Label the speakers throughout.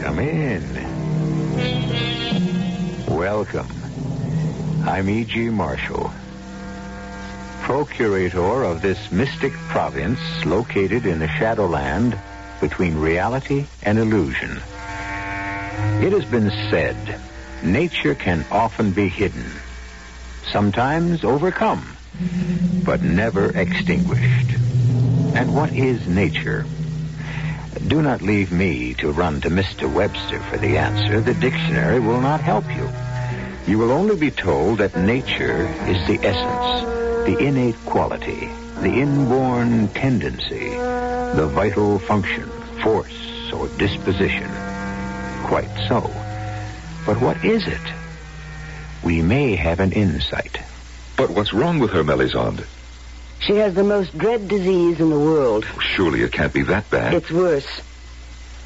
Speaker 1: Come in. Welcome. I'm E.G. Marshall, procurator of this mystic province located in the shadowland between reality and illusion. It has been said nature can often be hidden, sometimes overcome, but never extinguished. And what is nature? Do not leave me to run to Mr. Webster for the answer. The dictionary will not help you. You will only be told that nature is the essence, the innate quality, the inborn tendency, the vital function, force, or disposition. Quite so. But what is it? We may have an insight.
Speaker 2: But what's wrong with her, Melisande?
Speaker 3: She has the most dread disease in the world.
Speaker 2: Surely it can't be that bad.
Speaker 3: It's worse.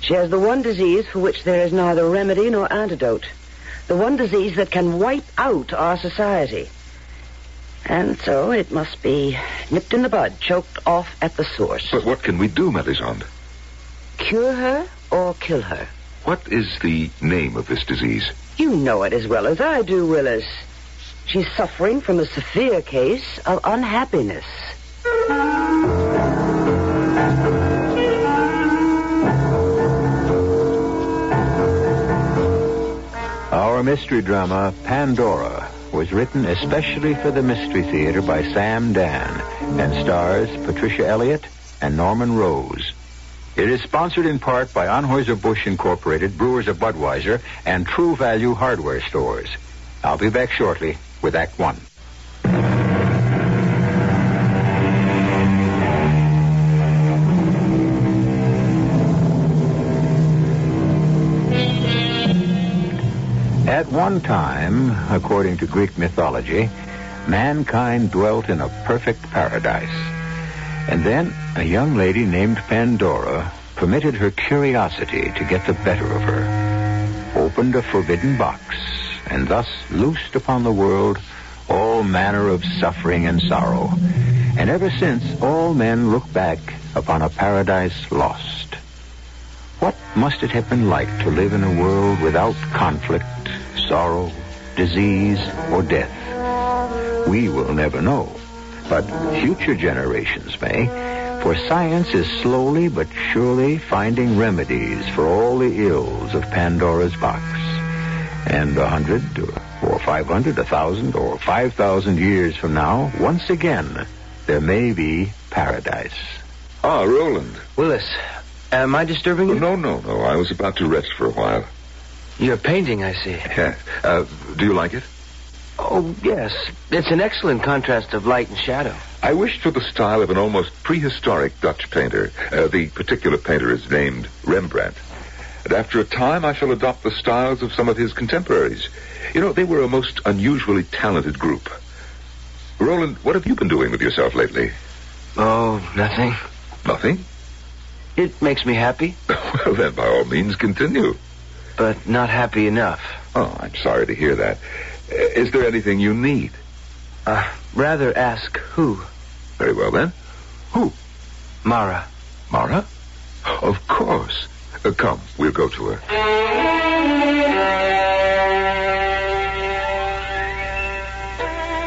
Speaker 3: She has the one disease for which there is neither remedy nor antidote. The one disease that can wipe out our society. And so it must be nipped in the bud, choked off at the source.
Speaker 2: But what can we do, Melisande?
Speaker 3: Cure her or kill her.
Speaker 2: What is the name of this disease?
Speaker 3: You know it as well as I do, Willis. She's suffering from a severe case of unhappiness.
Speaker 1: Our mystery drama, Pandora, was written especially for the Mystery Theater by Sam Dan and stars Patricia Elliott and Norman Rose. It is sponsored in part by Anheuser-Busch Incorporated, Brewers of Budweiser, and True Value Hardware Stores. I'll be back shortly with Act One. At one time, according to Greek mythology, mankind dwelt in a perfect paradise. And then a young lady named Pandora permitted her curiosity to get the better of her, opened a forbidden box, and thus loosed upon the world all manner of suffering and sorrow. And ever since, all men look back upon a paradise lost. What must it have been like to live in a world without conflict, sorrow, disease, or death? We will never know, but future generations may, for science is slowly but surely finding remedies for all the ills of Pandora's box. And a hundred, or- or five hundred, a thousand, or five thousand years from now, once again, there may be paradise.
Speaker 2: Ah, Roland.
Speaker 4: Willis, am I disturbing
Speaker 2: Oh,
Speaker 4: you?
Speaker 2: no, no, no. I was about to rest for a while.
Speaker 4: You're painting, I see.
Speaker 2: Yeah. Uh, do you like it?
Speaker 4: Oh, yes. It's an excellent contrast of light and shadow.
Speaker 2: I wished for the style of an almost prehistoric Dutch painter. Uh, the particular painter is named Rembrandt. And after a time, I shall adopt the styles of some of his contemporaries. You know, they were a most unusually talented group. Roland, what have you been doing with yourself lately?
Speaker 4: Oh, nothing.
Speaker 2: Nothing?
Speaker 4: It makes me happy,
Speaker 2: Well, then, by all means, continue.
Speaker 4: but not happy enough.
Speaker 2: Oh, I'm sorry to hear that. Uh, Is there anything you need?
Speaker 4: Uh, rather ask who?
Speaker 2: Very well, then. Who?
Speaker 4: Mara.
Speaker 2: Mara? Of course. Uh, come, we'll go to her.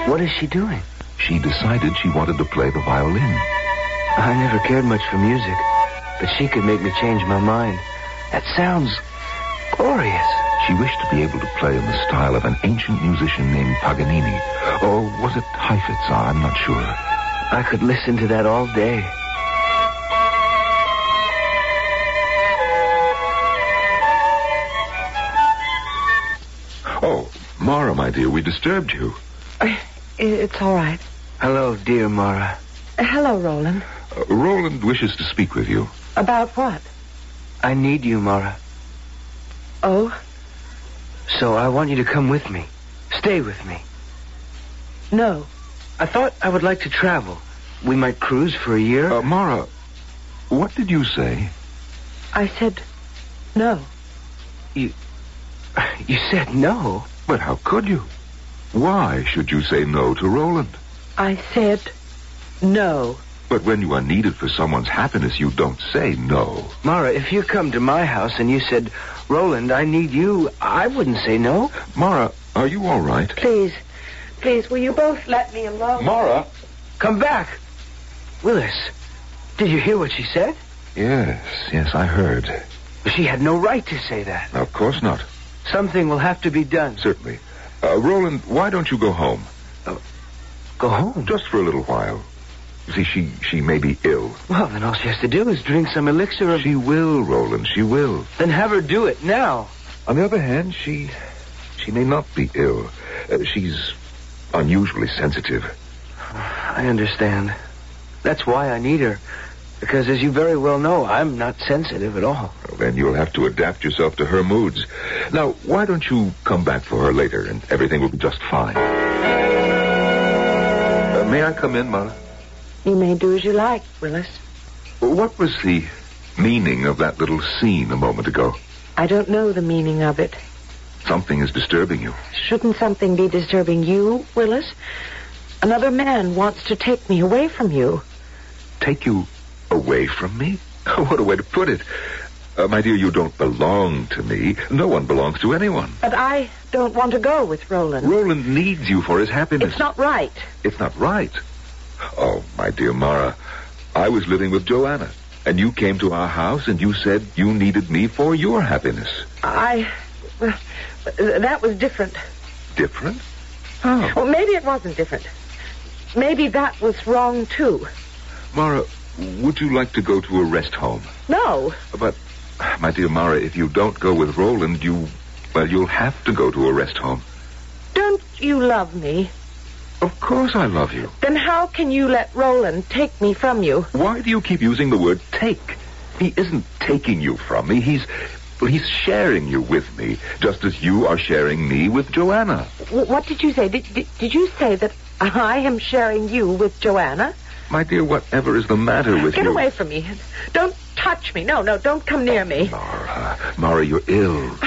Speaker 4: What is she doing?
Speaker 2: She decided she wanted to play the violin.
Speaker 4: I never cared much for music, but she could make me change my mind. That sounds glorious.
Speaker 2: She wished to be able to play in the style of an ancient musician named Paganini. Or was it Heifetzer? I'm not sure.
Speaker 4: I could listen to that all day.
Speaker 2: Oh, Mara, my dear, we disturbed you.
Speaker 3: It's all right.
Speaker 1: Hello, dear Mara.
Speaker 4: Hello, Roland.
Speaker 2: Uh, Roland wishes to speak with you.
Speaker 4: About what?
Speaker 1: I need you, Mara.
Speaker 4: Oh,
Speaker 1: So I want you to come with me. Stay with me.
Speaker 4: no.
Speaker 1: I thought I would like to travel. We might cruise for a year.
Speaker 2: Uh, Mara, what did you say?
Speaker 4: I said no.
Speaker 1: You said no.
Speaker 2: But how could you? Why should you say no to Roland?
Speaker 4: I said no.
Speaker 2: But when you are needed for someone's happiness, you don't say no.
Speaker 1: Mara, if you come to my house and you said, Roland, I need you, I wouldn't say no.
Speaker 2: Mara, are you all right?
Speaker 4: Please, please, will you both let me alone?
Speaker 2: Mara?
Speaker 1: Come back. Willis, did you hear what she said?
Speaker 2: Yes, yes, I heard.
Speaker 1: She had no right to say that.
Speaker 2: Of course not.
Speaker 1: Something will have to be done.
Speaker 2: Certainly. Uh, Roland, why don't you go home? Uh,
Speaker 1: Go home.
Speaker 2: Just for a little while. You See, she, she may be ill.
Speaker 1: Well, then all she has to do is drink some elixir of...
Speaker 2: She will, Roland, she will.
Speaker 1: Then have her do it now.
Speaker 2: On the other hand, she she may not be ill. Uh, she's unusually sensitive.
Speaker 1: I understand. That's why I need her. Because, as you very well know, I'm not sensitive at all.
Speaker 2: Then you'll have to adapt yourself to her moods. Now, why don't you come back for her later, and everything will be just fine. Uh, may I come in, Mara?
Speaker 4: You may do as you like, Willis.
Speaker 2: What was the meaning of that little scene a moment ago?
Speaker 4: I don't know the meaning of it.
Speaker 2: Something is disturbing you.
Speaker 4: Shouldn't something be disturbing you, Willis? Another man wants to take me away from you.
Speaker 2: Take you away from me? what a way to put it. Uh, my dear, you don't belong to me. No one belongs to anyone.
Speaker 4: But I don't want to go with Roland.
Speaker 2: Roland needs you for his happiness.
Speaker 4: It's not right.
Speaker 2: It's not right. Oh, my dear Mara, I was living with Joanna, and you came to our house and you said you needed me for your happiness.
Speaker 4: I. Well, that was different.
Speaker 2: Different? How?
Speaker 4: Well, maybe it wasn't different. Maybe that was wrong, too.
Speaker 2: Mara, would you like to go to a rest home?
Speaker 4: No.
Speaker 2: But, my dear Mara, if you don't go with Roland, you. Well, you'll have to go to a rest home.
Speaker 4: Don't you love me?
Speaker 2: Of course I love you.
Speaker 4: Then how can you let Roland take me from you?
Speaker 2: Why do you keep using the word take? He isn't taking you from me. He's. Well, he's sharing you with me, just as you are sharing me with Joanna.
Speaker 4: W- what did you say? Did, did, did you say that I am sharing you with Joanna?
Speaker 2: My dear, whatever is the matter with
Speaker 4: Get
Speaker 2: you?
Speaker 4: away from me. Don't touch me. No, no, don't come near me.
Speaker 2: Mara, Ah, Mara, you're ill.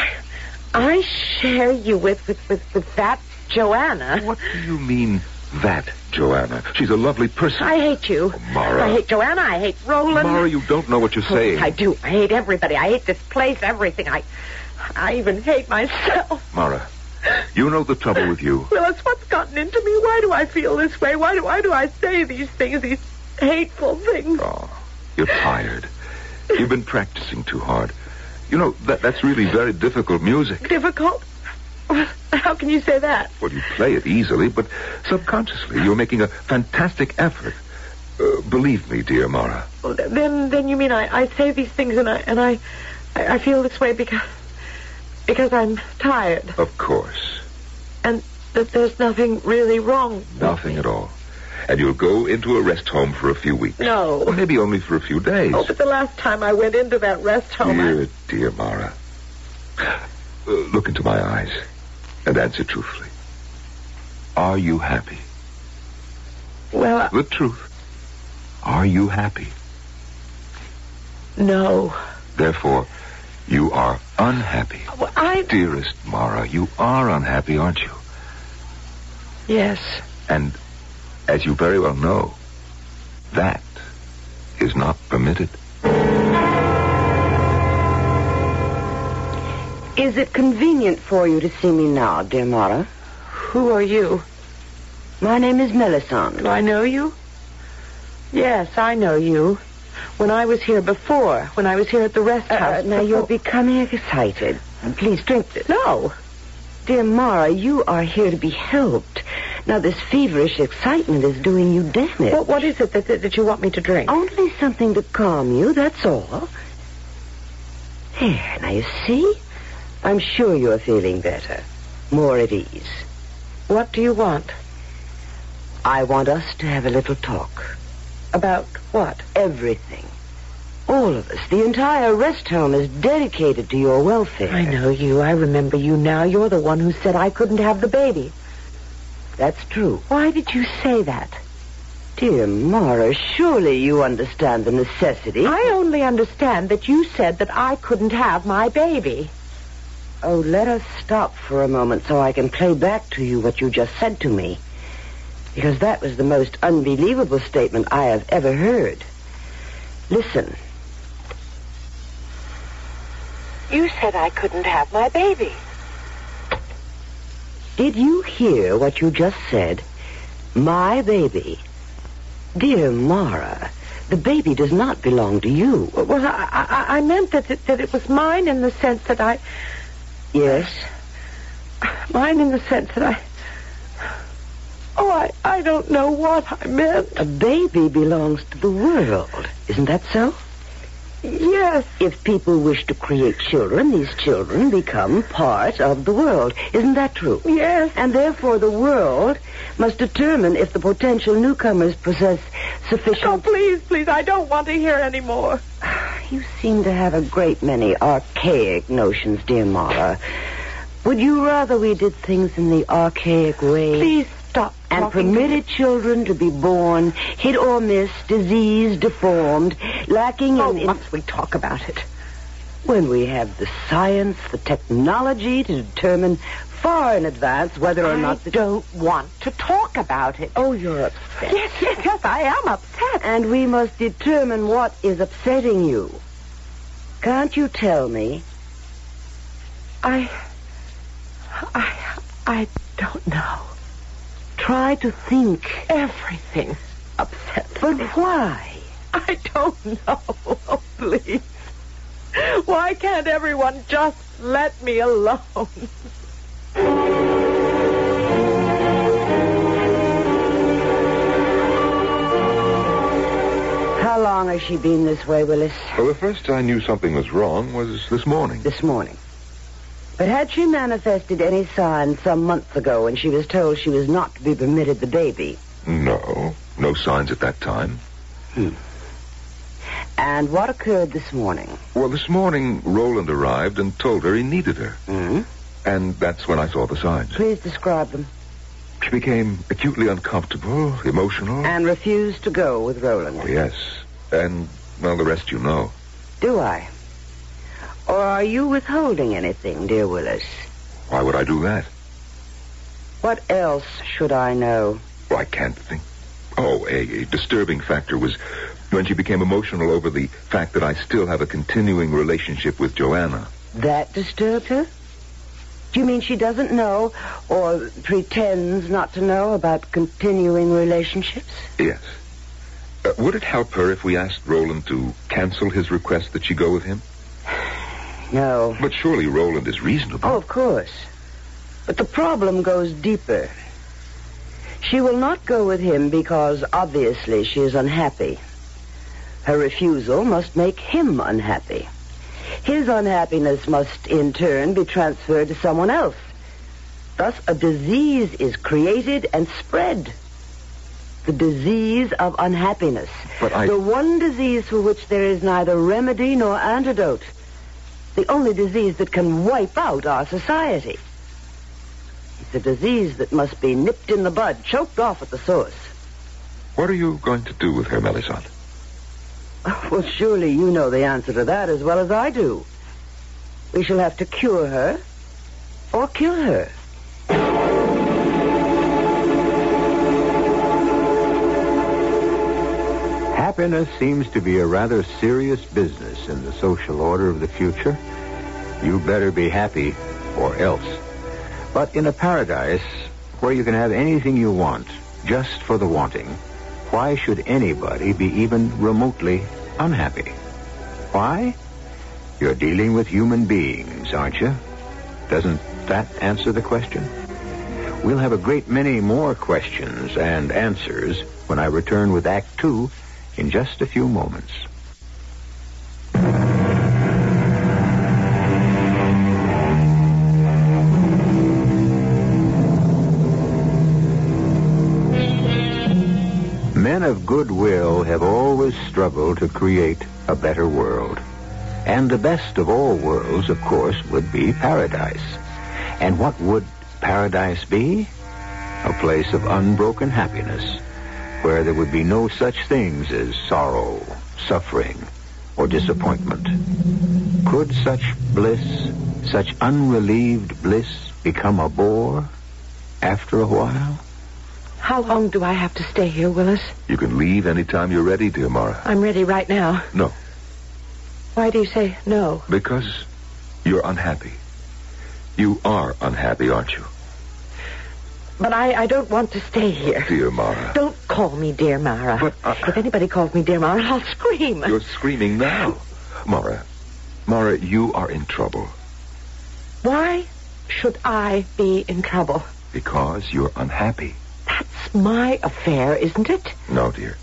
Speaker 4: I share you with, with, with, with that Joanna.
Speaker 2: What do you mean, that Joanna? She's a lovely person. Oh,
Speaker 4: I hate you.
Speaker 2: Mara.
Speaker 4: I hate Joanna. I hate Roland.
Speaker 2: Mara, you don't know what you're
Speaker 4: Oh,
Speaker 2: saying.
Speaker 4: I do. I hate everybody. I hate this place, everything. I I even hate myself.
Speaker 2: Mara, you know the trouble with you.
Speaker 4: Willis, what's gotten into me? Why do I feel this way? Why do, why do I say these things, these hateful things?
Speaker 2: Oh, you're tired. You've been practicing too hard. You know, that, that's really very difficult music.
Speaker 4: Difficult? How can you say that?
Speaker 2: Well, you play it easily, but subconsciously you're making a fantastic effort. Uh, believe me, dear Mara.
Speaker 4: Well, th- Then then you mean I, I say these things and I and I I I feel this way because because I'm tired
Speaker 2: Of course.
Speaker 4: and that there's nothing really wrong.
Speaker 2: Nothing at all. And you'll go into a rest home for a few weeks. Or
Speaker 4: No.
Speaker 2: maybe only for a few days.
Speaker 4: Oh, but the last time I went into that rest home, I-
Speaker 2: dear, dear Mara. Uh, look into my eyes and answer truthfully. Are you happy?
Speaker 4: well, I-
Speaker 2: The truth. Are you happy?
Speaker 4: no.
Speaker 2: Therefore, you are unhappy.
Speaker 4: Well, I
Speaker 2: Dearest Mara, you are unhappy, aren't you?
Speaker 4: Yes.
Speaker 2: And as you very well know, that is not permitted.
Speaker 4: Is it convenient for you to see me now, dear Mara? Who are you? My name is Melisande. Do I know you? Yes, I know you. When I was here before, when I was here at the rest house. Uh, now you're becoming excited. Please drink this. No. Dear Mara, you are here to be helped. Now this feverish excitement is doing you damage. What, what is it that, that, that you want me to drink? Only something to calm you, that's all. There, now you see? I'm sure you're feeling better. More at ease. What do you want? I want us to have a little talk. About what? Everything. All of us. The entire rest home is dedicated to your welfare.
Speaker 5: I know you. I remember you now. You're the one who said I couldn't have the baby.
Speaker 4: That's true.
Speaker 5: Why did you say that?
Speaker 4: Dear Mara, surely you understand the necessity.
Speaker 5: I only understand that you said that I couldn't have my baby.
Speaker 4: Oh, let us stop for a moment so I can play back to you what you just said to me. Because that was the most unbelievable statement I have ever heard. Listen.
Speaker 5: You said I couldn't have my baby.
Speaker 4: Did you hear what you just said? My baby. Dear Mara, the baby does not belong to you.
Speaker 5: Well, I, I, I meant that it, that it was mine in the sense that I.
Speaker 4: Yes?
Speaker 5: Mine in the sense that I. Oh, I, I don't know what I meant.
Speaker 4: A baby belongs to the world. Isn't that so?
Speaker 5: Yes.
Speaker 4: If people wish to create children, these children become part of the world. Isn't that true?
Speaker 5: Yes.
Speaker 4: And therefore the world must determine if the potential newcomers possess sufficient...
Speaker 5: Oh, please, please, I don't want to hear any more.
Speaker 4: You seem to have a great many archaic notions, dear Mara. Would you rather we did things in the archaic way?
Speaker 5: Please stop.
Speaker 4: And
Speaker 5: talking to
Speaker 4: permitted children to be born, hit or miss, diseased, deformed, lacking
Speaker 5: me. Oh,
Speaker 4: in... in-
Speaker 5: must we talk about it?
Speaker 4: when we have the science, the technology to determine far in advance whether or
Speaker 5: I
Speaker 4: not the...
Speaker 5: don't want to talk about it.
Speaker 4: Oh, you're upset.
Speaker 5: Yes, yes, yes, I am upset.
Speaker 4: And we must determine what is upsetting you. Can't you tell me?
Speaker 5: I. I. I don't know.
Speaker 4: Try to think.
Speaker 5: Everything upsets
Speaker 4: But
Speaker 5: me.
Speaker 4: why?
Speaker 5: I don't know. Oh, please. Why can't everyone just let me alone?
Speaker 4: How long has she been this way, Willis?
Speaker 2: Well, the first I knew something was wrong was this morning.
Speaker 4: This morning. But had she manifested any sign some months ago when she was told she was not to be permitted the baby?
Speaker 2: No, no signs at that time.
Speaker 4: And what occurred this morning?
Speaker 2: Well, this morning Roland arrived and told her he needed her,
Speaker 4: Hmm?
Speaker 2: and that's when I saw the signs.
Speaker 4: Please describe them.
Speaker 2: She became acutely uncomfortable, emotional.
Speaker 4: And refused to go with
Speaker 2: Oh,
Speaker 4: Roland.
Speaker 2: yes, and well, the rest you know.
Speaker 4: Do I? Or are you withholding anything, dear Willis?
Speaker 2: Why would I do that?
Speaker 4: What else should I know?
Speaker 2: Well, I can't think. Oh, a, a disturbing factor was when she became emotional over the fact that I still have a continuing relationship with Joanna.
Speaker 4: That disturbed her? Do you mean she doesn't know or pretends not to know about continuing relationships?
Speaker 2: Yes. Uh, would it help her if we asked Roland to cancel his request that she go with him?
Speaker 4: No.
Speaker 2: But surely Roland is reasonable.
Speaker 4: Oh, of course. But the problem goes deeper. She will not go with him because obviously she is unhappy. Her refusal must make him unhappy. His unhappiness must in turn be transferred to someone else. Thus a disease is created and spread. The disease of unhappiness.
Speaker 2: But I-
Speaker 4: The one disease for which there is neither remedy nor antidote. The only disease that can wipe out our society. It's a disease that must be nipped in the bud, choked off at the source.
Speaker 2: What are you going to do with her, Melisande?
Speaker 4: Well, surely you know the answer to that as well as I do. We shall have to cure her or kill her.
Speaker 1: Happiness seems to be a rather serious business in the social order of the future. You better be happy or else. But in a paradise where you can have anything you want just for the wanting, why should anybody be even remotely unhappy? Why? You're dealing with human beings, aren't you? Doesn't that answer the question? We'll have a great many more questions and answers when I return with Act Two in just a few moments. Men of goodwill have always struggled to create a better world. And the best of all worlds, of course, would be paradise. And what would paradise be? A place of unbroken happiness, where there would be no such things as sorrow, suffering, or disappointment. Could such bliss, such unrelieved bliss, become a bore after a while?
Speaker 6: How long do I have to stay here, Willis?
Speaker 2: You can leave anytime you're ready, dear Mara.
Speaker 6: I'm ready right now.
Speaker 2: No,
Speaker 6: Why do you say no?
Speaker 2: because you're unhappy. You are unhappy, aren't you,
Speaker 6: But I, I don't want to stay here.
Speaker 2: dear Mara?
Speaker 6: Don't call me dear Mara.
Speaker 2: But, uh,
Speaker 6: if anybody calls me dear Mara, I'll scream.
Speaker 2: You're screaming now. Mara, Mara, you are in trouble
Speaker 6: Why should I be in trouble?
Speaker 2: because you're unhappy.
Speaker 6: That's my affair, isn't it?
Speaker 2: No, dear.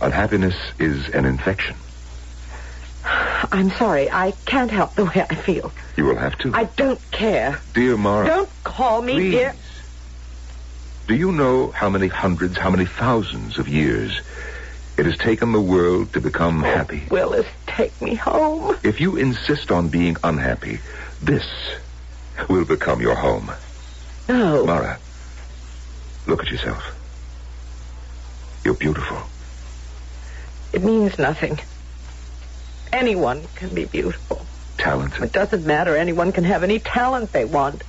Speaker 2: Unhappiness is an infection.
Speaker 6: I'm sorry. I can't help the way I feel.
Speaker 2: You will have to.
Speaker 6: I don't care.
Speaker 2: Dear Mara.
Speaker 6: Don't call me
Speaker 2: Please.
Speaker 6: dear.
Speaker 2: Do you know how many hundreds, how many thousands of years it has taken the world to become happy?
Speaker 6: Willis, take me home.
Speaker 2: If you insist on being unhappy, this will become your home.
Speaker 6: No.
Speaker 2: Mara, look at yourself. You're beautiful.
Speaker 6: It means nothing. Anyone can be beautiful.
Speaker 2: Talented.
Speaker 6: It doesn't matter. Anyone can have any talent they want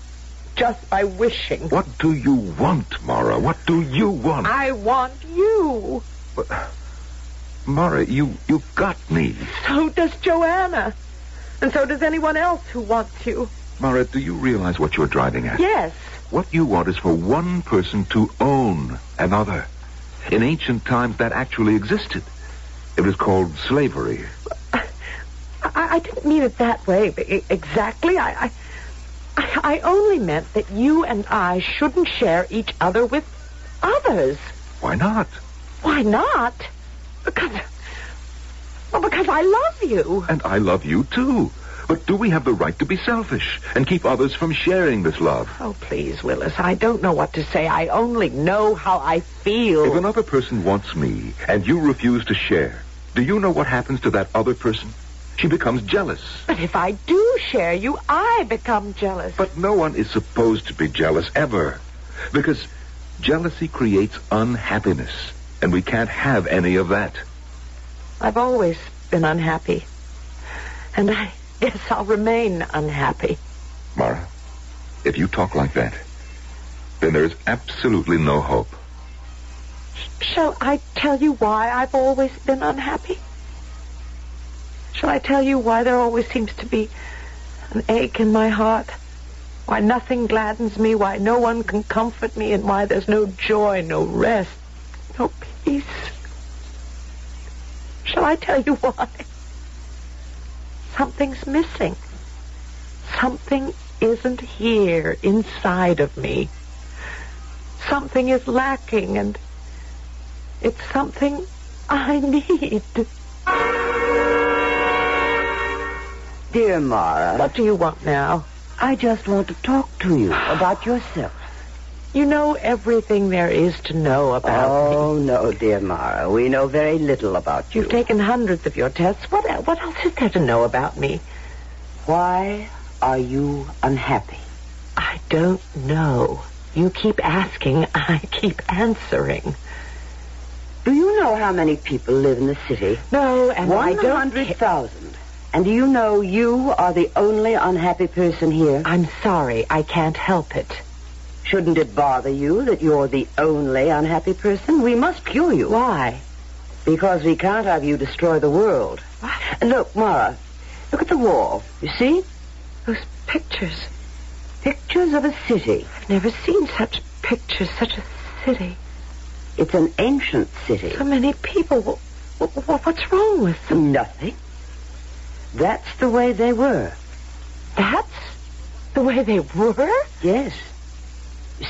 Speaker 6: just by wishing.
Speaker 2: What do you want, Mara? What do you want?
Speaker 6: I want you.
Speaker 2: Mara, you, you got me.
Speaker 6: So does Joanna. And so does anyone else who wants you.
Speaker 2: Mara, do you realize what you're driving at?
Speaker 6: Yes.
Speaker 2: What you want is for one person to own another. In ancient times, that actually existed. It was called slavery.
Speaker 6: I, I didn't mean it that way but e- exactly. I, I, I only meant that you and I shouldn't share each other with others.
Speaker 2: Why not?
Speaker 6: Why not? Because, well, because I love you.
Speaker 2: And I love you too. But do we have the right to be selfish and keep others from sharing this love?
Speaker 6: Oh, please, Willis. I don't know what to say. I only know how I feel.
Speaker 2: If another person wants me and you refuse to share, do you know what happens to that other person? She becomes jealous.
Speaker 6: But if I do share you, I become jealous.
Speaker 2: But no one is supposed to be jealous ever. Because jealousy creates unhappiness. And we can't have any of that.
Speaker 6: I've always been unhappy. And I guess I'll remain unhappy.
Speaker 2: Mara, if you talk like that, then there is absolutely no hope.
Speaker 6: Shall I tell you why I've always been unhappy? Shall I tell you why there always seems to be an ache in my heart? Why nothing gladdens me, why no one can comfort me, and why there's no joy, no rest, no peace? Shall I tell you why? Something's missing. Something isn't here inside of me. Something is lacking, and it's something I need.
Speaker 4: Dear Mara,
Speaker 6: What do you want now?
Speaker 4: I just want to talk to you about yourself.
Speaker 6: You know everything there is to know about me.
Speaker 4: Oh, no, dear Mara. We know very little about you.
Speaker 6: You've taken hundreds of your tests. What el- what else is there to know about me?
Speaker 4: Why are you unhappy?
Speaker 6: I don't know. You keep asking, I keep answering.
Speaker 4: Do you know how many people live in the city?
Speaker 6: No, and I
Speaker 4: One
Speaker 6: don't.
Speaker 4: hundred thousand. And do you know you are the only unhappy person here?
Speaker 6: I'm sorry, I can't help it.
Speaker 4: Shouldn't it bother you that you're the only unhappy person? We must cure you.
Speaker 6: Why?
Speaker 4: Because we can't have you destroy the world. And Look, Mara, look at the wall. You see?
Speaker 6: Those pictures.
Speaker 4: Pictures of a city.
Speaker 6: I've never seen such pictures, such a city.
Speaker 4: It's an ancient city.
Speaker 6: So many people. Wh- wh- wh- What's wrong with them?
Speaker 4: Nothing. That's the way they were.
Speaker 6: That's the way they were?
Speaker 4: Yes.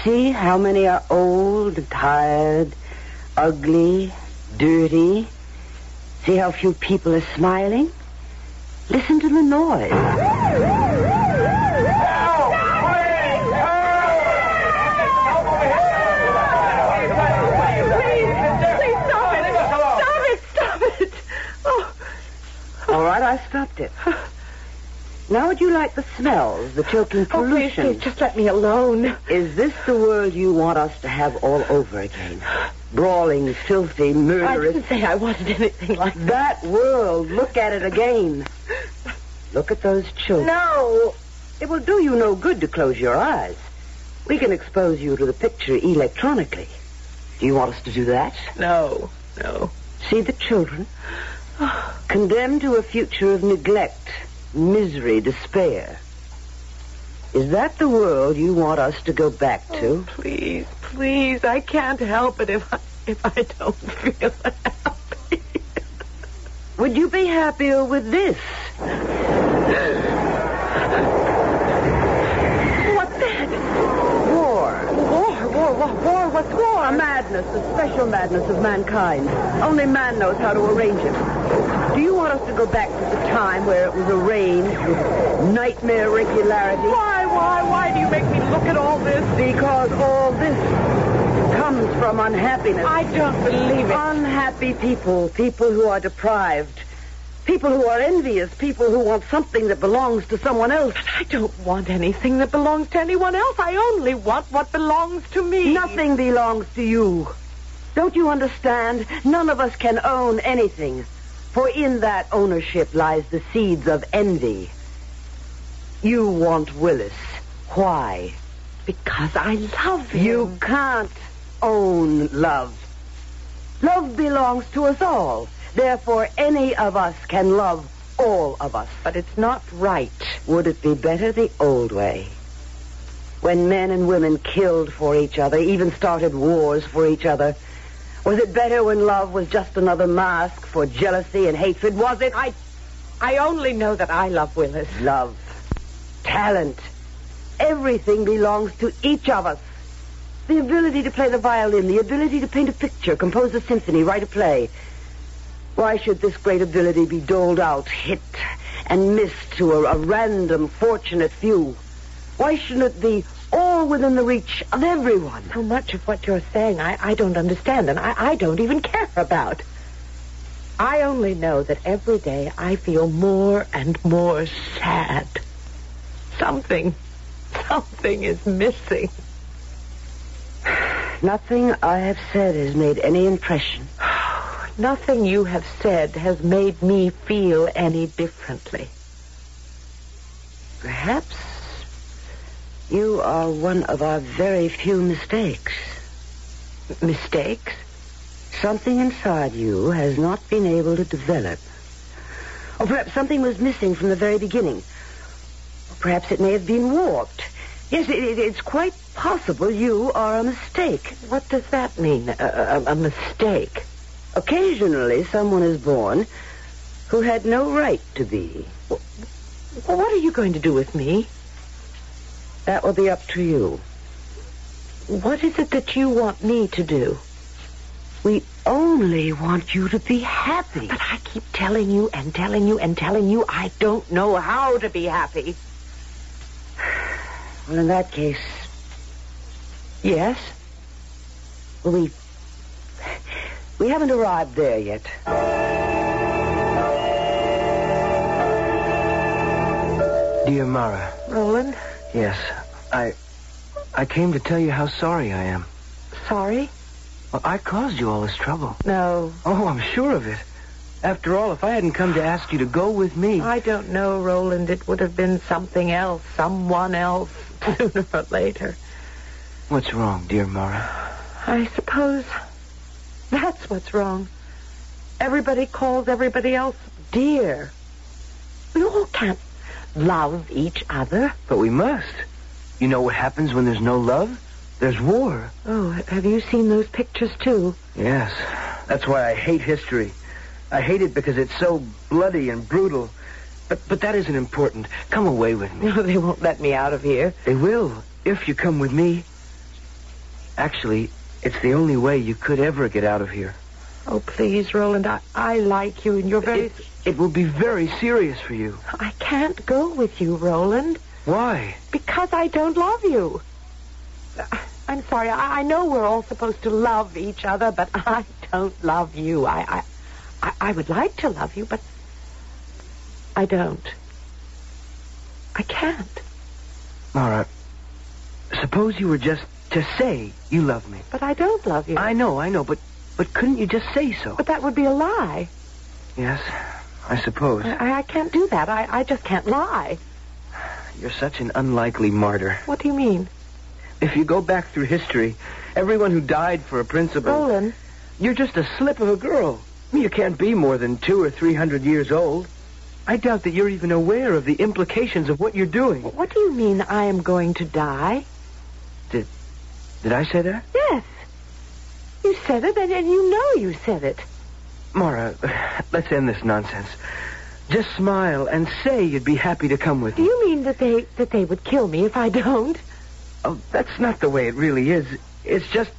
Speaker 4: See how many are old, and tired, ugly, dirty. See how few people are smiling? Listen to the noise.
Speaker 7: Please, please, don't.
Speaker 6: Oh.
Speaker 4: adopted. now would you like the smells, the choking
Speaker 6: Oh, please,
Speaker 4: pollution?
Speaker 6: please, just let me alone.
Speaker 4: Is this the world you want us to have all over again? Brawling, filthy,
Speaker 6: I
Speaker 4: murderous.
Speaker 6: didn't say I wanted anything like that.
Speaker 4: That world, look at it again. Look at those children.
Speaker 6: No.
Speaker 4: It will do you no good to close your eyes. We can expose you to the picture electronically. Do you want us to do that?
Speaker 6: No, no.
Speaker 4: See the children? Condemned to a future of neglect, misery, despair. Is that the world you want us to go back to?
Speaker 6: Please, please, I can't help it if I, if I don't feel happy.
Speaker 4: Would you be happier with this?
Speaker 6: What's that?
Speaker 4: War.
Speaker 6: War, war, war, war, what's war?
Speaker 4: A madness, a special madness of mankind. Only man knows how to arrange it. Do you want us to go back to the time where it was arranged with nightmare regularity?
Speaker 6: Why, why, why do you make me look at all this?
Speaker 4: Because all this comes from unhappiness.
Speaker 6: I don't believe it.
Speaker 4: Unhappy people, people who are deprived, people who are envious, people who want something that belongs to someone else.
Speaker 6: I don't want anything that belongs to anyone else. I only want what belongs to me.
Speaker 4: Nothing belongs to you. Don't you understand? None of us can own anything. For in that ownership lies the seeds of envy. You want Willis. Why?
Speaker 6: Because I love him.
Speaker 4: You can't own love. Love belongs to us all. Therefore, any of us can love all of us.
Speaker 6: But it's not right.
Speaker 4: Would it be better the old way? When men and women killed for each other, even started wars for each other, was it better when love was just another mask for jealousy and hatred? Was it
Speaker 6: I, I only know that I love Willis.
Speaker 4: love, talent? Everything belongs to each of us. The ability to play the violin, the ability to paint a picture, compose a symphony, write a play. Why should this great ability be doled out, hit, and missed to a, a random, fortunate few? Why shouldn't it be all within the reach of everyone?
Speaker 6: So much of what you're saying I, I don't understand and I, I don't even care about. I only know that every day I feel more and more sad. Something, something is missing.
Speaker 4: Nothing I have said has made any impression.
Speaker 6: Nothing you have said has made me feel any differently.
Speaker 4: Perhaps you are one of our very few mistakes.
Speaker 6: Mistakes?
Speaker 4: Something inside you has not been able to develop. Or perhaps something was missing from the very beginning. Or perhaps it may have been warped. Yes, it, it- it's quite possible you are a mistake.
Speaker 6: What does that mean, a, a, a mistake?
Speaker 4: Occasionally, someone is born who had no right to be.
Speaker 6: Well, what are you going to do with me?
Speaker 4: That will be up to you.
Speaker 6: What is it that you want me to do?
Speaker 4: We only want you to be happy.
Speaker 6: But I keep telling you and telling you and telling you I don't know how to be happy.
Speaker 4: Well, in that case,
Speaker 6: Yes?
Speaker 4: we. We haven't arrived there yet.
Speaker 8: Dear Mara,
Speaker 6: Roland,
Speaker 8: yes, I. I came to tell you how sorry I am.
Speaker 6: sorry?
Speaker 8: Well, I caused you all this trouble.
Speaker 6: No.
Speaker 8: Oh, I'm sure of it. After all, if I hadn't come to ask you to go with me.
Speaker 6: I don't know, Roland. It would have been something else, someone else, sooner or later.
Speaker 8: What's wrong, dear Mara?
Speaker 6: I suppose that's what's wrong. Everybody calls everybody else dear. We all can't love each other.
Speaker 8: But we must. You know what happens when there's no love? There's war.
Speaker 6: Oh, have you seen those pictures, too?
Speaker 8: Yes. That's why I hate history. I hate it because it's so bloody and brutal. But but that isn't important. Come away with me.
Speaker 6: No, they won't let me out of here.
Speaker 8: They will, if you come with me. Actually, it's the only way you could ever get out of here.
Speaker 6: Oh, please, Roland, I, I like you, and you're very...
Speaker 8: It, it will be very serious for you.
Speaker 6: I can't go with you, Roland,
Speaker 8: Why?
Speaker 6: because I don't love you. I- I'm sorry. I, I know we're all supposed to love each other, but I don't love you. I, I, I, I would like to love you, but I don't. I can't.
Speaker 8: All right. Suppose you were just to say you love me.
Speaker 6: But I don't love you.
Speaker 8: I know, I know, but but couldn't you just say so?
Speaker 6: But that would be a lie.
Speaker 8: Yes, I suppose.
Speaker 6: I, I can't do that. I, I just can't lie.
Speaker 8: You're such an unlikely martyr.
Speaker 6: What do you mean?
Speaker 8: If you go back through history, everyone who died for a principle.
Speaker 6: Roland,
Speaker 8: You're just a slip of a girl. You can't be more than two or three hundred years old. I doubt that you're even aware of the implications of what you're doing.
Speaker 6: what do you mean I am going to die?
Speaker 8: Did, did I say that?
Speaker 6: Yes. You said it, and, and you know you said it.
Speaker 8: Mara, let's end this nonsense. Just smile and say you'd be happy to come with
Speaker 6: Do
Speaker 8: me.
Speaker 6: you mean that they that they would kill me if I don't?
Speaker 8: Oh, that's not the way it really is. It's just.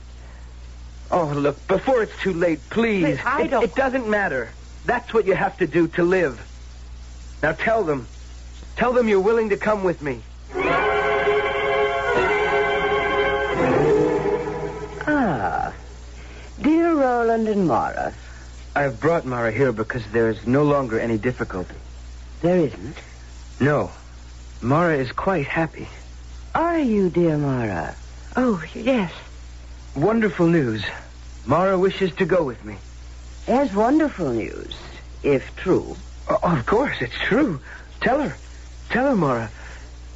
Speaker 8: Oh, look, before it's too late, please.
Speaker 6: Please, I
Speaker 8: It-
Speaker 6: don't-
Speaker 8: it doesn't matter. That's what you have to do to live. Now tell them. Tell them you're willing to come with me.
Speaker 4: Ah. Dear Roland and Mara,
Speaker 8: I've brought Mara here because there's no longer any difficulty.
Speaker 4: there isn't.
Speaker 8: No. Mara is quite happy.
Speaker 4: Are you, dear Mara?
Speaker 6: Oh, yes.
Speaker 8: Wonderful news. Mara wishes to go with me.
Speaker 4: There's wonderful news, if true.
Speaker 8: O- of course, it's true. Tell her. Tell her, Mara.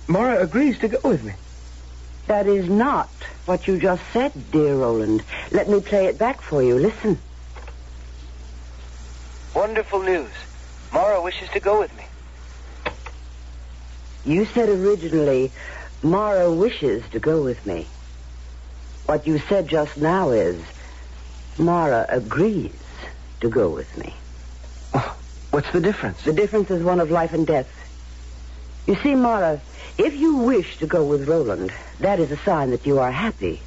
Speaker 8: Mara agrees to go with me.
Speaker 4: That is not what you just said, dear Roland. Let me play it back for you. Listen.
Speaker 8: Wonderful news. Mara wishes to go with me.
Speaker 4: You said originally, Mara wishes to go with me. What you said just now is, Mara agrees to go with me.
Speaker 8: Oh, What's the difference?
Speaker 4: The difference is one of life and death. You see, Mara, if you wish to go with Roland, that is a sign that you are happy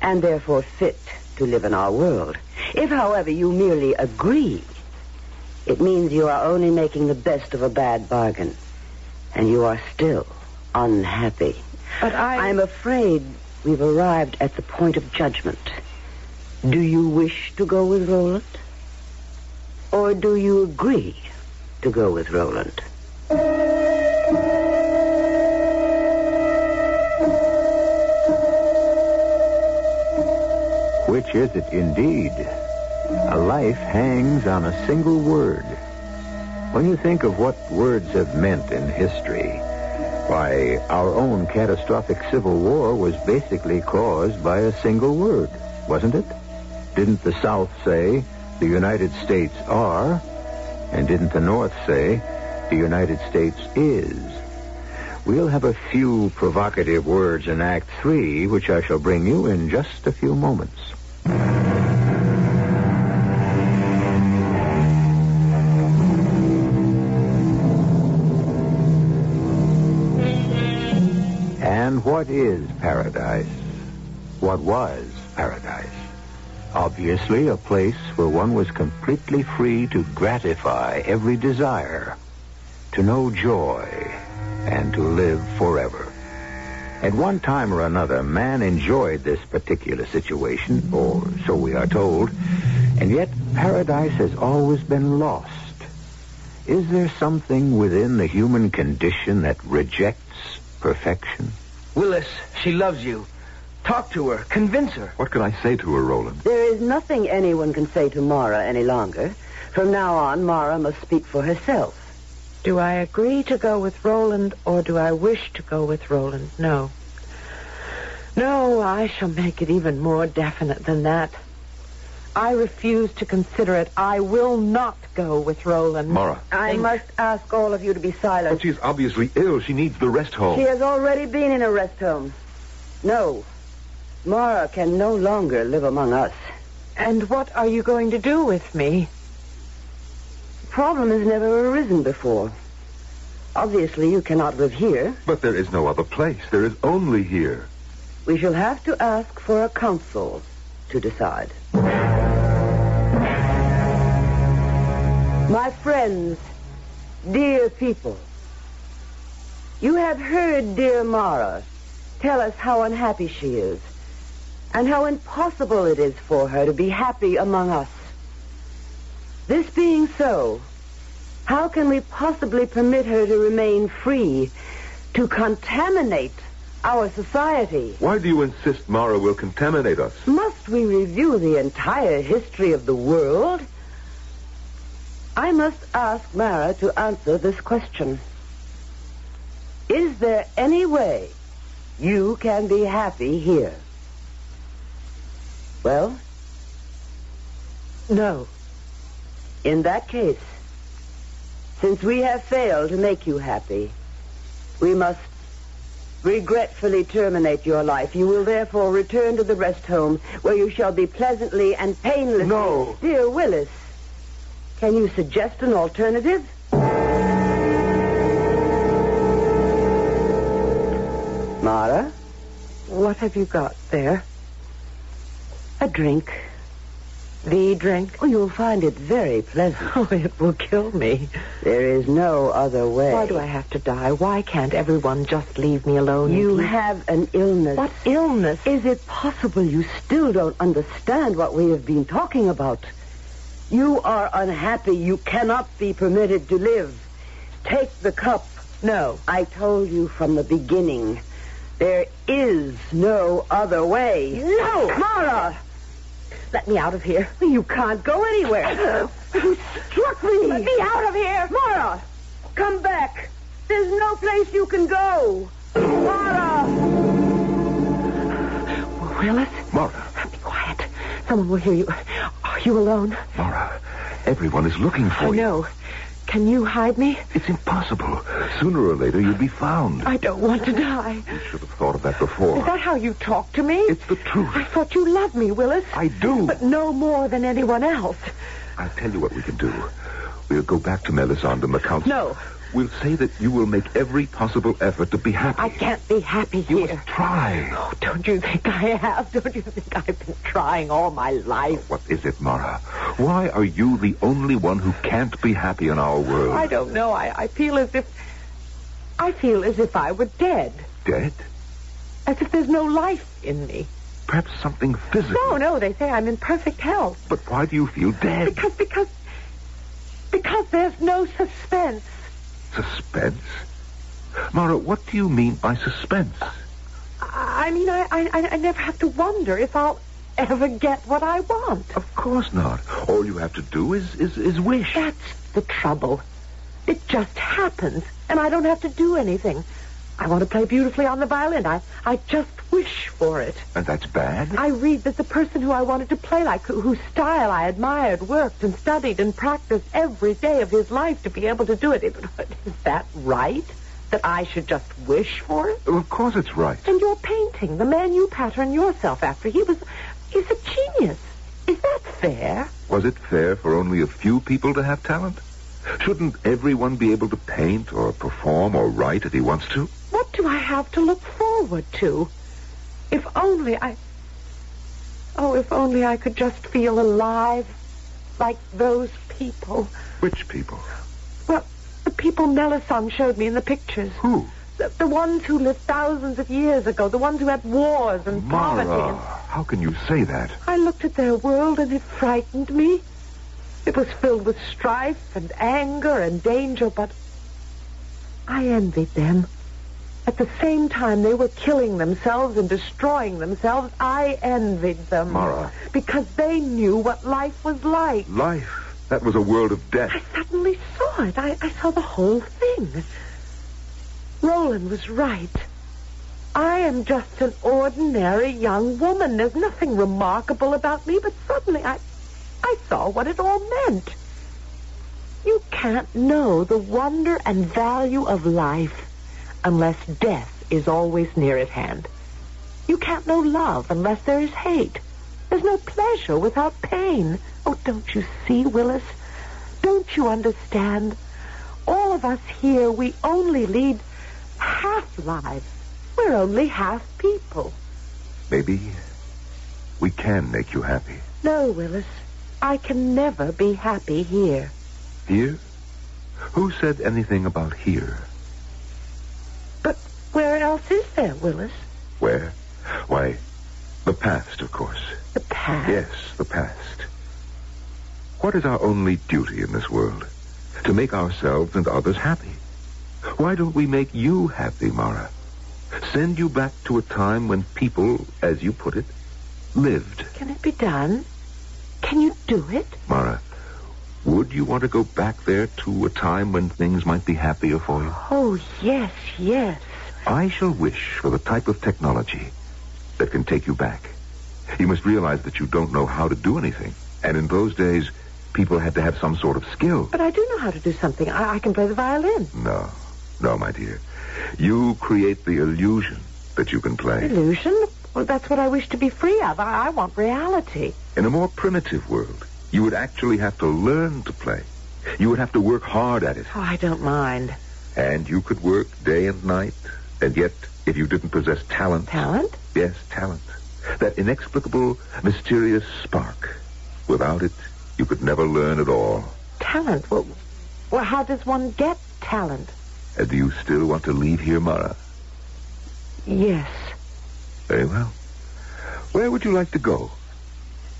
Speaker 4: and therefore fit to live in our world. If, however, you merely agree, it means you are only making the best of a bad bargain. And you are still unhappy.
Speaker 6: But I
Speaker 4: I'm afraid we've arrived at the point of judgment. Do you wish to go with Roland? Or do you agree to go with Roland?
Speaker 1: Which is it indeed? A life hangs on a single word. When you think of what words have meant in history, why, our own catastrophic civil war was basically caused by a single word, wasn't it? Didn't the South say, the United States are? And didn't the North say, the United States is? We'll have a few provocative words in Act Three, which I shall bring you in just a few moments. And what is paradise? What was paradise? Obviously, a place where one was completely free to gratify every desire, to know joy, and to live forever. At one time or another, man enjoyed this particular situation, or so we are told, and yet paradise has always been lost. Is there something within the human condition that rejects perfection?
Speaker 8: Willis, she loves you. Talk to her. Convince her.
Speaker 2: What can I say to her, Roland?
Speaker 4: There is nothing anyone can say to Mara any longer. From now on, Mara must speak for herself.
Speaker 6: do I agree to go with Roland or do I wish to go with Roland? No. No, I shall make it even more definite than that. I refuse to consider it. I will not go with Roland.
Speaker 2: Mara.
Speaker 4: I must ask all of you to be
Speaker 2: But
Speaker 4: silent.
Speaker 2: she's obviously ill. She needs the rest home.
Speaker 4: She has already been in a rest home. No, Mara can no longer live among us.
Speaker 6: And what are you going to do with me?
Speaker 4: The problem has never arisen before. Obviously, you cannot live here.
Speaker 2: But there is no other place. There is only here.
Speaker 4: We shall have to ask for a council to decide. My friends, dear people, you have heard dear Mara tell us how unhappy she is and how impossible it is for her to be happy among us. This being so, How can we possibly permit her to remain free, to contaminate our society?
Speaker 9: Why do you insist Mara will contaminate us?
Speaker 4: Must we review the entire history of the world? I must ask Mara to answer this question. Is there any way you can be happy here? Well,
Speaker 6: No.
Speaker 4: in that case, since we have failed to make you happy, we must regretfully terminate your life. You will therefore return to the rest home where you shall be pleasantly and painlessly.
Speaker 10: No.
Speaker 4: Dear Willis, can you suggest an alternative? Mara?
Speaker 6: What have you got there?
Speaker 4: A drink.
Speaker 6: The drink?
Speaker 4: Oh, you'll find it very pleasant.
Speaker 6: Oh, it will kill me.
Speaker 4: There is no other way.
Speaker 6: Why do I have to die? Why can't everyone just leave me alone?
Speaker 4: You
Speaker 6: Nicky?
Speaker 4: have an illness.
Speaker 6: What illness?
Speaker 4: Is it possible you still don't understand what we have been talking about? You are unhappy. You cannot be permitted to live. Take the cup.
Speaker 6: No.
Speaker 4: I told you from the beginning. There is no other way.
Speaker 6: No!
Speaker 4: Mara!
Speaker 6: Let me out of here.
Speaker 4: You can't go anywhere. you struck me.
Speaker 6: Let me out of here!
Speaker 4: Mara! Come back. There's no place you can go. Mara!
Speaker 6: Willis,
Speaker 2: Mara,
Speaker 6: be quiet. Someone will hear you. Are you alone?
Speaker 2: Mara, everyone is looking for
Speaker 6: I
Speaker 2: you.
Speaker 6: know. Can you hide me?
Speaker 2: It's impossible. Sooner or later, you'd be found.
Speaker 6: I don't want to die.
Speaker 2: You should have thought of that before.
Speaker 6: Is that how you talk to me?
Speaker 2: It's the truth.
Speaker 6: I thought you loved me, Willis.
Speaker 2: I do.
Speaker 6: But no more than anyone else.
Speaker 2: I'll tell you what we can do. We'll go back to Melisande and the council.
Speaker 6: No.
Speaker 2: We'll say that you will make every possible effort to be happy.
Speaker 6: I can't be happy
Speaker 2: You
Speaker 6: here.
Speaker 2: must try.
Speaker 6: Oh, don't you think I have? Don't you think I've been trying all my life?
Speaker 2: What is it, Mara? Why are you the only one who can't be happy in our world?
Speaker 6: I don't know. I, I feel as if. I feel as if I were dead.
Speaker 2: Dead?
Speaker 6: As if there's no life in me.
Speaker 2: Perhaps something physical.
Speaker 6: No, no, they say I'm in perfect health.
Speaker 2: But why do you feel dead?
Speaker 6: Because, because. Because there's no suspense.
Speaker 2: Suspense? Mara, what do you mean by suspense?
Speaker 6: I I mean, I, I, I- I never have to wonder if I'll ever get what I want.
Speaker 2: Of course not. All you have to do is is, is wish.
Speaker 6: That's the trouble. It just happens, and I don't have to do anything. I want to play beautifully on the violin. I, I just wish for it.
Speaker 2: And that's bad?
Speaker 6: I read that the person who I wanted to play like, who, whose style I admired, worked and studied and practiced every day of his life to be able to do it. Is that right? That I should just wish for it?
Speaker 2: Of course it's right.
Speaker 6: And your painting, the man you pattern yourself after, he was, he's a genius. Is that fair?
Speaker 2: Was it fair for only a few people to have talent? Shouldn't everyone be able to paint or perform or write if he wants to?
Speaker 6: What do I have to look forward to? If only I. Oh, if only I could just feel alive like those people.
Speaker 2: Which people?
Speaker 6: Well, the people Melisande showed me in the pictures.
Speaker 2: Who?
Speaker 6: The, the ones who lived thousands of years ago, the ones who had wars and poverty.
Speaker 2: Mara,
Speaker 6: And
Speaker 2: how can you say that?
Speaker 6: I looked at their world and it frightened me. It was filled with strife and anger and danger, but I envied them. At the same time they were killing themselves and destroying themselves, I envied them.
Speaker 2: Mara.
Speaker 6: Because they knew what life was like.
Speaker 2: Life. That was a world of
Speaker 6: I
Speaker 2: death.
Speaker 6: suddenly saw it. I, I saw the whole thing. Roland was right. I am just an ordinary young woman. There's nothing remarkable about me, but suddenly I I saw what it all meant. You can't know the wonder and value of life unless death is always near at hand. You can't know love unless there is hate. There's no pleasure without pain. Oh, don't you see, Willis? Don't you understand? All of us here, we only lead half lives. We're only half people.
Speaker 2: Maybe we can make you happy.
Speaker 6: No, Willis, I can never be happy here.
Speaker 2: Here? Who said anything about here?
Speaker 6: But where else is there, Willis?
Speaker 2: Where? Why, the past, of course.
Speaker 6: The past.
Speaker 2: Yes, the past. What is our only duty in this world? to make ourselves and others happy. Why don't we make you happy, Mara? Send you back to a time when people, as you put it, lived.
Speaker 6: Can it be done? Can you do it?
Speaker 2: Mara, would you want to go back there to a time when things might be happier for you?
Speaker 6: Oh, yes, yes.
Speaker 2: I shall wish for the type of technology that can take you back. You must realize that you don't know how to do anything. And in those days, people had to have some sort of skill.
Speaker 6: But I do know how to do something. I, I can play the violin.
Speaker 2: No, no, my dear. You create the illusion that you can play.
Speaker 6: Illusion? Well, that's what I wish to be free of. I, I want reality.
Speaker 2: In a more primitive world, you would actually have to learn to play. You would have to work hard at it.
Speaker 6: Oh, I don't mind.
Speaker 2: And you could work day and night. And yet, if you didn't possess talent.
Speaker 6: Talent?
Speaker 2: Yes, talent. That inexplicable, mysterious spark. Without it, you could never learn at all.
Speaker 6: Talent? Well, well how does one get talent?
Speaker 2: Uh, do you still want to leave here, Mara?
Speaker 6: Yes.
Speaker 2: Very well. Where would you like to go?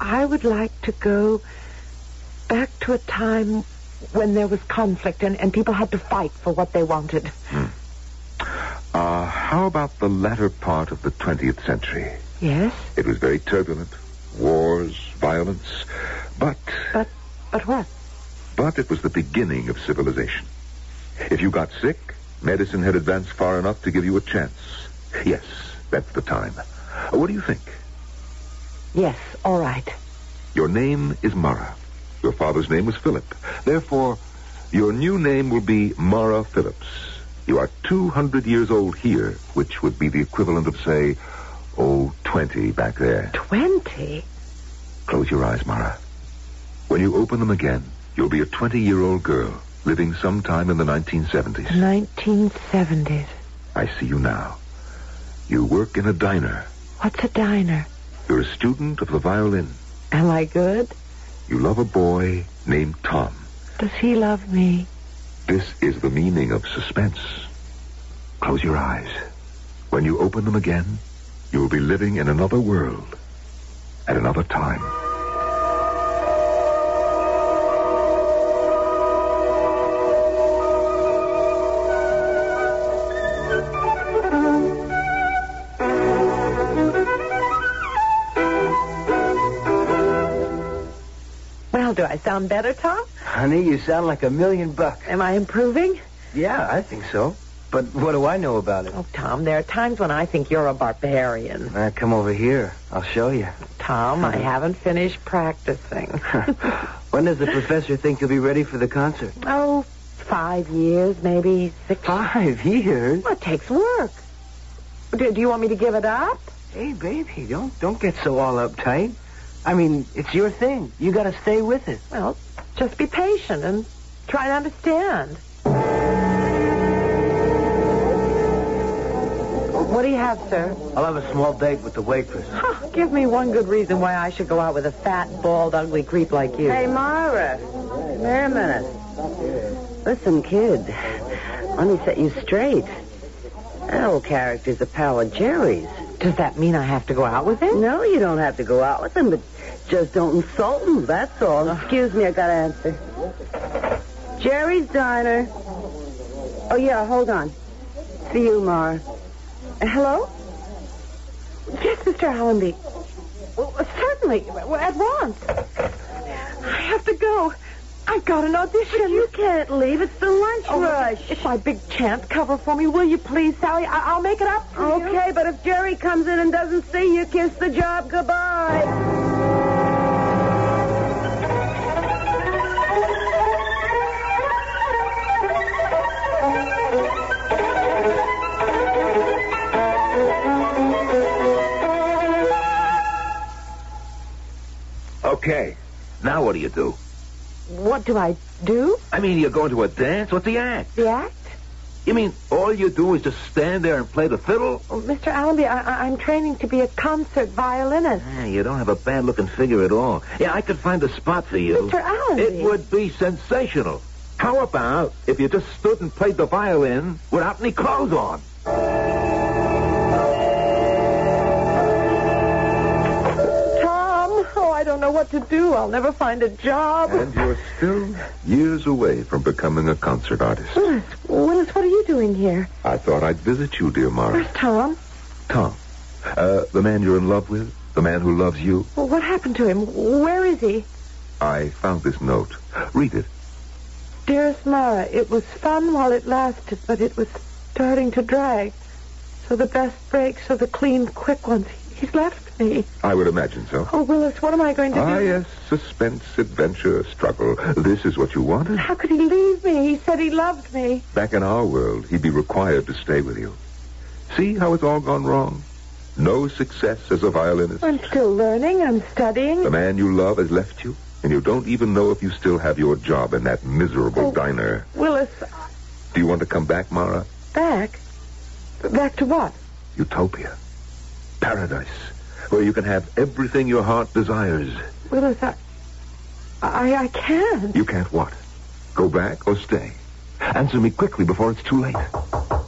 Speaker 6: I would like to go back to a time when there was conflict and, and people had to fight for what they wanted.
Speaker 2: Uh, how about the latter part of the 20th century?
Speaker 6: Yes?
Speaker 2: It was very turbulent. Wars, violence. But,
Speaker 6: But but what?
Speaker 2: but it was the beginning of civilization. If you got sick, medicine had advanced far enough to give you a chance. Yes, that's the time. Uh, What do you think?
Speaker 6: Yes, all right.
Speaker 2: Your name is Mara. Your father's name was Philip. Therefore, your new name will be Mara Phillips. You are 200 years old here, which would be the equivalent of, say, oh, 20 back there.
Speaker 6: Twenty?
Speaker 2: Close your eyes, Mara. When you open them again, you'll be a 20-year-old girl living sometime in the 1970s.
Speaker 6: Nineteen seventies.
Speaker 2: I see you now. You work in a diner.
Speaker 6: What's a diner?
Speaker 2: You're a student of the violin.
Speaker 6: Am I good?
Speaker 2: You love a boy named Tom.
Speaker 6: Does he love me?
Speaker 2: This is the meaning of suspense. Close your eyes. When you open them again, you will be living in another world at another time.
Speaker 6: Well, do I sound better, Tom?
Speaker 8: Honey, you sound like a million bucks.
Speaker 6: Am I improving?
Speaker 8: Yeah, I think so. But what do I know about it?
Speaker 6: Oh, Tom, there are times when I think you're a barbarian.
Speaker 8: Uh, come over here. I'll show you.
Speaker 6: Tom, I haven't finished practicing.
Speaker 8: When does the professor think you'll be ready for the concert?
Speaker 6: oh, five years, maybe six.
Speaker 8: Five years.
Speaker 6: Well, it takes work. Do, do you want me to give it up?
Speaker 8: Hey, baby, don't don't get so all uptight. I mean, it's your thing. You got to stay with it.
Speaker 6: Well, just be patient and try to understand. What do you have, sir?
Speaker 8: I'll have a small date with the waitress.
Speaker 6: Huh, give me one good reason why I should go out with a fat, bald, ugly creep like you.
Speaker 3: Hey, Myra. Wait a minute. Listen, kid. Let me set you straight. That old character's a pal of Jerry's.
Speaker 6: does that mean I have to go out with him?
Speaker 3: No, you don't have to go out with him, but just don't insult him, that's all. Excuse me, I gotta answer. Jerry's Diner. Oh, yeah, hold on. For you, Mara.
Speaker 6: Uh, Hello? Yes, Mr. Allenby. Well, certainly, well, at once. I have to go. I've got an audition.
Speaker 3: You can't leave. It's the lunch
Speaker 6: Oh,
Speaker 3: rush.
Speaker 6: It's my big chance. Cover for me, will you please, Sally? I- I'll make it up for you.
Speaker 3: Okay, but if Jerry comes in and doesn't see you, kiss the job goodbye.
Speaker 1: Okay. Now what do you do?
Speaker 6: What do I do?
Speaker 1: I mean, you're going to a dance? What's the act?
Speaker 6: The act?
Speaker 1: You mean all you do is just stand there and play the fiddle?
Speaker 6: Oh, Mr. Allenby, I- I- I'm training to be a concert violinist.
Speaker 1: Ah, you don't have a bad-looking figure at all. Yeah, I could find a spot for you.
Speaker 6: Mr. Allenby.
Speaker 1: It would be sensational. How about if you just stood and played the violin without any clothes on?
Speaker 6: Tom, oh, I don't don't know what to do. I'll never find a job.
Speaker 2: And you're still years away from becoming a concert artist.
Speaker 6: Willis, Willis, what are you doing here?
Speaker 2: I thought I'd visit you, dear Mara.
Speaker 6: Where's Tom?
Speaker 2: Tom, uh, the man you're in love with, the man who loves you,
Speaker 6: Well, what happened to him? Where is he?
Speaker 2: I found this note. Read it.
Speaker 6: Dearest Mara, it was fun while it lasted, but it was starting to drag. So the best breaks are the clean, quick ones. He's left me.
Speaker 2: I would imagine so.
Speaker 6: Oh, Willis, what am I going to
Speaker 2: Ah,
Speaker 6: do?
Speaker 2: yes, suspense, adventure, struggle. This is what you wanted.
Speaker 6: How could he leave me? He said he loved me.
Speaker 2: Back in our world, he'd be required to stay with you. See how it's all gone wrong? No success as a violinist.
Speaker 6: I'm still learning. I'm
Speaker 2: The
Speaker 6: studying.
Speaker 2: man you love has left you, and you don't even know if you still have your job in that miserable
Speaker 6: Oh.
Speaker 2: diner.
Speaker 6: Willis,
Speaker 2: Do you want to come back, Mara?
Speaker 6: back? Back to what?
Speaker 2: Utopia. Paradise. Where you can have everything your heart desires.
Speaker 6: Willis, I... I, I can't.
Speaker 2: You can't what? Go back or stay? Answer me quickly before it's too late.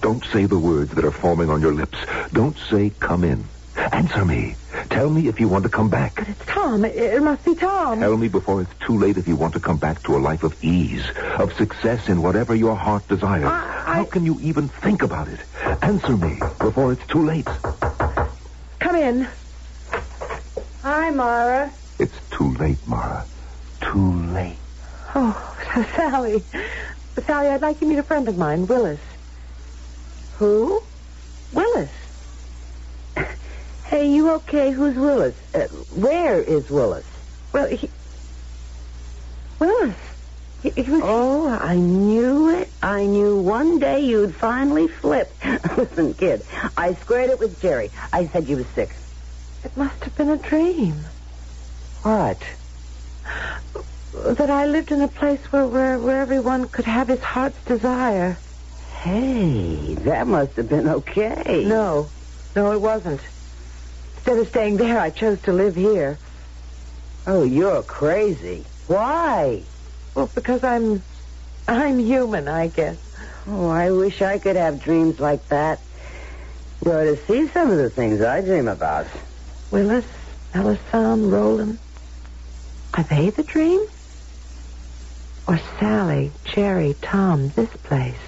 Speaker 2: Don't say the words that are forming on your lips. Don't say come in. Answer me. Tell me if you want to come back.
Speaker 6: It's Tom. It, it must be Tom.
Speaker 2: Tell me before it's too late if you want to come back to a life of ease, of success in whatever your heart desires.
Speaker 6: I- I-
Speaker 2: How can you even think about it? Answer me before it's too late.
Speaker 6: Come in. Hi, Mara.
Speaker 2: It's too late, Mara. Too late.
Speaker 6: Oh, Sally. Sally, I'd like you to meet a friend of mine, Willis. Who? Willis.
Speaker 4: Hey, you okay? Who's Willis? Uh, where is Willis?
Speaker 6: Well, he... Willis. He, he was...
Speaker 4: Oh, I knew it. I knew one day you'd finally flip. Listen, kid, I squared it with Jerry. I said you was sick.
Speaker 6: It must have been a dream.
Speaker 4: What?
Speaker 6: That I lived in a place where, where, where everyone could have his heart's desire.
Speaker 4: Hey, that must have been okay.
Speaker 6: No. No, it wasn't. Instead of staying there, I chose to live here.
Speaker 4: Oh, you're crazy. Why?
Speaker 6: Well, because I'm... I'm human, I guess.
Speaker 4: Oh, I wish I could have dreams like that. You ought to see some of the things I dream about.
Speaker 6: Willis, Ellison, Roland. Are they the dream? Or Sally, Jerry, Tom, this place?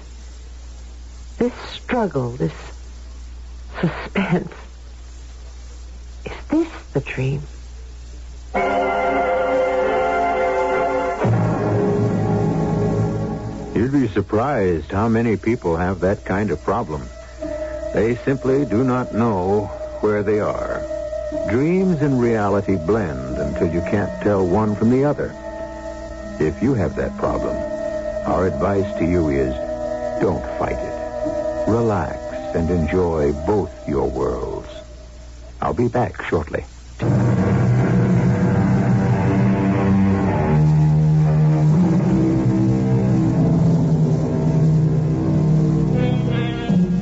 Speaker 6: This struggle, this suspense. Is this the dream?
Speaker 1: You'd be surprised how many people have that kind of problem. They simply do not know where they are. Dreams and reality blend until you can't tell one from the other. If you have that problem, our advice to you is don't fight it. Relax and enjoy both your worlds. I'll be back shortly.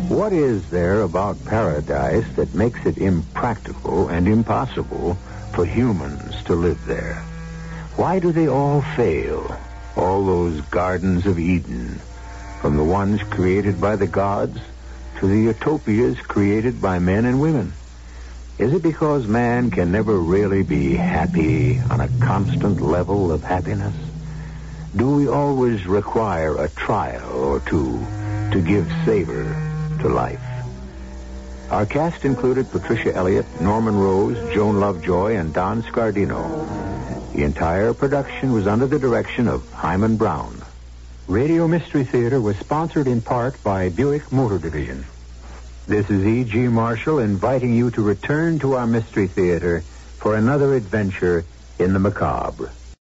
Speaker 1: What is there about paradise that makes it impractical and impossible for humans to live there? Why do they all fail? All those gardens of Eden, from the ones created by the gods to the utopias created by men and women. Is it because man can never really be happy on a constant level of happiness? Do we always require a trial or two to give savor to life? Our cast included Patricia Elliott, Norman Rose, Joan Lovejoy, and Don Scardino. The entire production was under the direction of Hyman Brown. Radio Mystery Theater was sponsored in part by Buick Motor Division. This is E.G. Marshall inviting you to return to our Mystery Theater for another adventure in the macabre.